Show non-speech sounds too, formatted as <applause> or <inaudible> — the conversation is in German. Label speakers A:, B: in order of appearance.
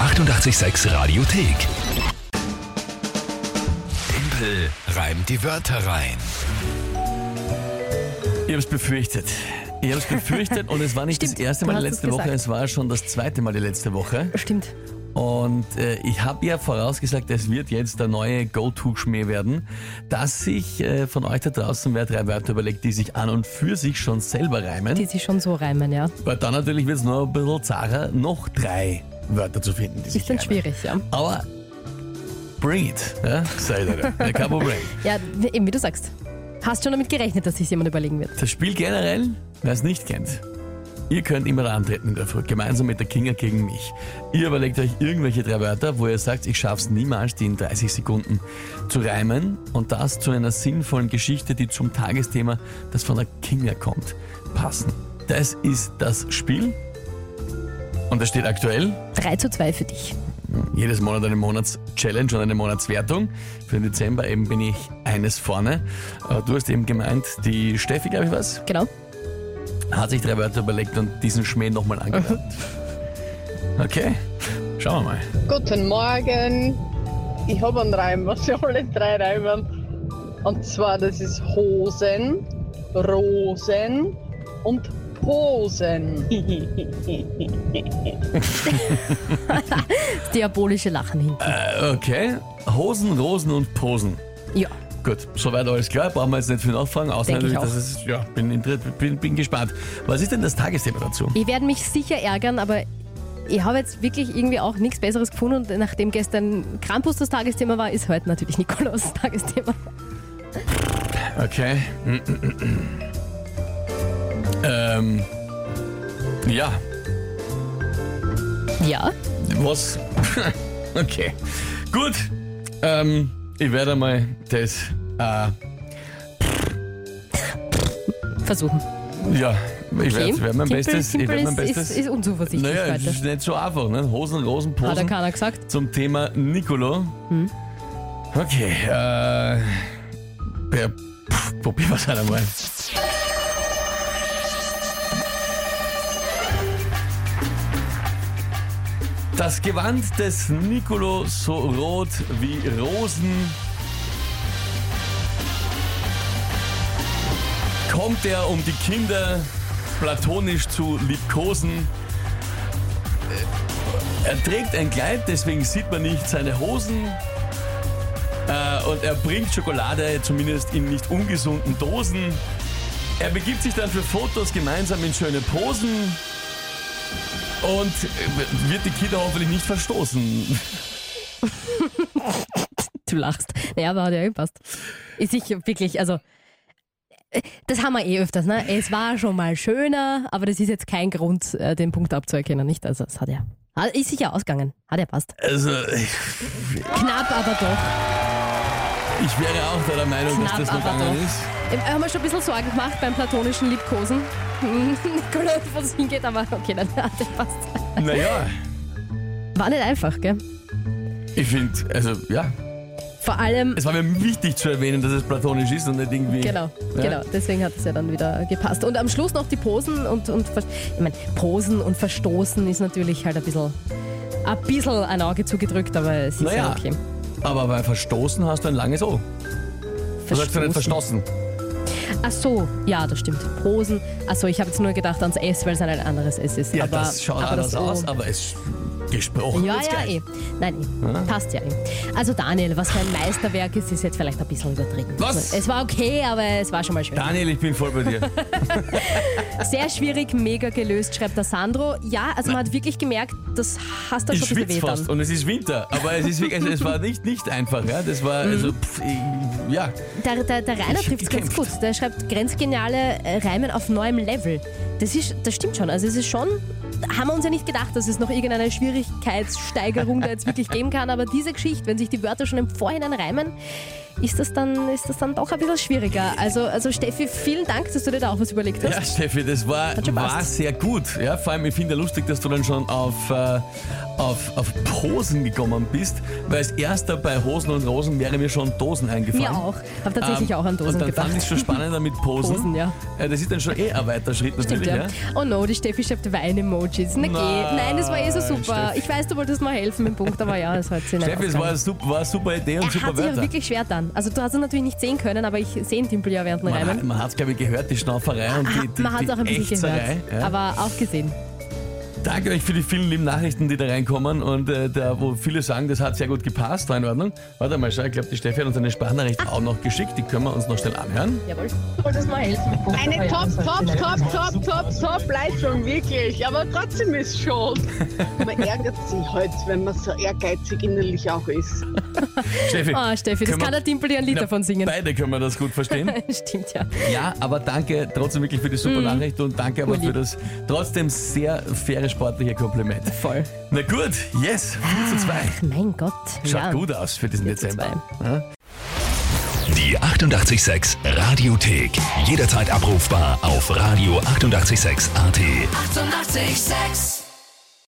A: 886 Radiothek. Tempel reimt die Wörter rein.
B: Ich hab's befürchtet. Ich hab's befürchtet und es war nicht das
C: Stimmt,
B: erste
C: du
B: Mal die
C: hast es
B: letzte Woche,
C: gesagt.
B: es war schon das zweite Mal die letzte Woche.
C: Stimmt.
B: Und äh, ich habe ja vorausgesagt, es wird jetzt der neue Go-To-Schmäh werden, dass sich äh, von euch da draußen wer drei Wörter überlegt, die sich an und für sich schon selber reimen.
C: Die sich schon so reimen, ja.
B: Weil dann natürlich wird es nur ein bisschen zahrer, noch drei Wörter zu finden, die sich
C: Ist dann
B: reimen.
C: schwierig, ja.
B: Aber bring it, ja? sei dir, ja, kein Problem.
C: Ja, eben wie du sagst. Hast schon damit gerechnet, dass sich jemand überlegen wird.
B: Das Spiel generell, wer es nicht kennt, ihr könnt immer da antreten in der Früh, gemeinsam mit der Kinga gegen mich. Ihr überlegt euch irgendwelche drei Wörter, wo ihr sagt, ich schaff's niemals, die in 30 Sekunden zu reimen und das zu einer sinnvollen Geschichte, die zum Tagesthema, das von der Kinga kommt, passen. Das ist das Spiel. Und das steht aktuell
C: 3 zu 2 für dich.
B: jedes Monat eine Monats-Challenge und eine Monatswertung. Für den Dezember eben bin ich eines vorne. Aber du hast eben gemeint, die Steffi, glaube ich, was?
C: Genau.
B: hat sich drei Wörter überlegt und diesen Schmäh nochmal angehört.
C: <laughs>
B: Okay, schauen wir mal.
D: Guten Morgen. Ich habe einen Reim, was wir alle drei reimen. Und zwar, das ist Hosen, Rosen und Posen.
C: Das diabolische Lachen hinten.
B: Äh, okay, Hosen, Rosen und Posen.
C: Ja.
B: Gut, soweit alles klar, brauchen wir jetzt nicht viel nachfragen, außer
C: Denk ich
B: natürlich,
C: auch.
B: dass es, ja, bin, inter- bin, bin gespannt. Was ist denn das Tagesthema dazu?
C: Ich werde mich sicher ärgern, aber ich habe jetzt wirklich irgendwie auch nichts Besseres gefunden und nachdem gestern Krampus das Tagesthema war, ist heute natürlich Nikolaus das Tagesthema.
B: Okay. Mm, ähm, ja,
C: Ja,
B: was? <laughs> okay, gut. Ähm, ich werde einmal das, äh,
C: versuchen.
B: ja, ich
C: Okay.
B: werde werd mein
C: Timpel-
B: Bestes, ich
C: Timpel
B: werd mein
C: ist,
B: Bestes.
C: Ist, ist unzuversichtlich
B: Naja, es
C: heute.
B: ist nicht so einfach, ne? Hosen, Rosen,
C: Hat er Hm?
B: Posen.
C: keiner gesagt?
B: Zum Thema Nicolo. Okay, äh. Ja, pff, probier was halt einmal. Das Gewand des Nicolo so rot wie Rosen. Kommt er, um die Kinder platonisch zu liebkosen. Er trägt ein Kleid, deswegen sieht man nicht seine Hosen. Äh, und er bringt Schokolade, zumindest in nicht ungesunden Dosen. Er begibt sich dann für Fotos gemeinsam in schöne Posen. Und äh, wird die Kinder hoffentlich nicht verstoßen.
C: <laughs> Du lachst. Naja, aber hat ja gepasst. Ist ich wirklich, also. äh, Das haben wir eh öfters, ne? Es war schon mal schöner, aber das ist jetzt kein Grund, äh, den Punkt abzuerkennen, nicht? Also, es hat ja. hat- Ist sicher ausgegangen. Hat ja passt.
B: Also, ich,
C: Knapp, aber doch.
B: ich wäre auch da der Meinung,
C: Knapp,
B: dass das
C: aber
B: gegangen
C: doch.
B: ist.
C: Ähm, haben wir schon ein bisschen Sorgen gemacht beim platonischen Liebkosen. <laughs> Hm, Nikolaus, wo es hingeht, aber okay, dann <laughs> hat ja passt.
B: Naja,
C: War nicht einfach, gell?
B: ich finde, also ja,
C: Vor allem.
B: es war mir wichtig zu erwähnen, dass es platonisch ist und nicht irgendwie.
C: Genau,
B: Ja.
C: genau. Deswegen hat es ja dann wieder gepasst. Und am Schluss noch die Posen und, und Ver- ich meine, Posen und Verstoßen ist natürlich halt ein bisschen, ein bisschen ein Auge zugedrückt, aber es ist
B: Naja,
C: ja okay.
B: Aber bei Verstoßen hast du ein langes O. Du sagst du nicht verstoßen.
C: Ach so, ja, das stimmt. Posen. Ach so, ich habe jetzt nur gedacht ans S, weil es ein anderes S ist.
B: Ja,
C: aber,
B: das schaut
C: aber
B: anders
C: das O-
B: aus, aber es gesprochen.
C: Ja,
B: ist
C: ja,
B: geil.
C: eh. Nein, eh. Passt ja eh. Also Daniel, was für ein Meisterwerk ist, ist jetzt vielleicht ein bisschen übertrieben.
B: Was?
C: Es war okay, aber es war schon mal schön.
B: Daniel, ich bin voll bei
C: <laughs>
B: dir.
C: Sehr schwierig, mega gelöst, schreibt der Sandro. Ja, also man hat wirklich gemerkt, das hast du
B: Ich
C: schon ein bisschen
B: schwitze fast
C: wehtan.
B: und es ist Winter, aber es, ist, wirklich- also es war nicht, nicht einfach. Ja? Das war, also,
C: Mhm.
B: pff, ich- ja,
C: Der, der, der Rainer
B: Ich-
C: trifft es ganz gut.
B: gekämpft.
C: Der schreibt grenzgeniale äh, Reimen auf neuem Level. Das, ist, das stimmt schon. Also es ist schon, haben wir uns ja nicht gedacht, dass es noch irgendeine Schwierigkeitssteigerung da jetzt wirklich geben kann. Aber diese Geschichte, wenn sich die Wörter schon im Vorhinein reimen, ist das dann, ist das dann doch ein bisschen schwieriger. Also, also Steffi, vielen Dank, dass du dir da auch was überlegt hast.
B: ja Steffi, das war,
C: schon
B: war
C: passt.
B: sehr gut. Ja? Vor allem, ich finde ja lustig, dass du dann schon auf, äh, auf, auf Posen gekommen bist, weil als erster bei Hosen und Rosen wäre mir schon Dosen eingefallen.
C: Mir auch. Habe tatsächlich
B: Ähm,
C: auch an Dosen
B: Und dann fand
C: gedacht.
B: ich es schon spannender mit Posen.
C: Posen, ja.
B: Äh, Das ist dann schon eh ein weiter Schritt
C: Stimmt,
B: natürlich.
C: ja.
B: ja.
C: Oh no, die Steffi schreibt Wein-Emojis. Na geh.
B: Nein,
C: Nein, das war eh so super.
B: Steffi.
C: Ich weiß, du wolltest mal helfen mit dem Punkt, aber ja, das hat sie nicht
B: Steffi, es war eine, super, war eine super Idee und
C: Er
B: super
C: hat sich auch
B: Wörter.
C: wirklich schwer dann. Also du hast es natürlich nicht sehen können, aber ich sehe den Timpel ja während dem
B: man hat
C: Reimen. Ah,
B: man hat's, glaube ich, gehört, die Schnauferei und die, die,
C: Man hat
B: die
C: es auch ein bisschen
B: Ächzerei,
C: gehört,
B: ja.
C: aber auch gesehen.
B: Danke euch für die vielen lieben Nachrichten, die da reinkommen und äh, da, wo viele sagen, das hat sehr gut gepasst, war in Ordnung. Warte mal, schau, ich glaube, die Steffi hat uns eine Sprachnachricht auch noch geschickt, die können wir uns noch schnell anhören.
C: Jawohl. Du wolltest mal helfen mit Punkt.
D: Eine top, top, top, top, top, top Leistung, wirklich. Aber trotzdem ist schon. Man ärgert sich halt, wenn man so ehrgeizig innerlich auch ist.
B: Steffi,
C: Ah, Steffi, das
B: können wir-
C: kann der Timpel dir ein Lied
B: Na,
C: davon singen.
B: Beide können wir das gut verstehen.
C: <laughs> Stimmt ja.
B: Ja, aber danke trotzdem wirklich für die super Nachricht und danke aber
C: Mhm. Uli.
B: für das trotzdem sehr faire sportliche Kompliment.
C: Voll.
B: Na gut, yes, 4 zu 2.
C: Mein Gott.
B: Schaut
C: ja.
B: gut aus für diesen
C: zu
B: Dezember.
A: Die 886 Radiothek. Jederzeit abrufbar auf radio886.at. 886!
E: 886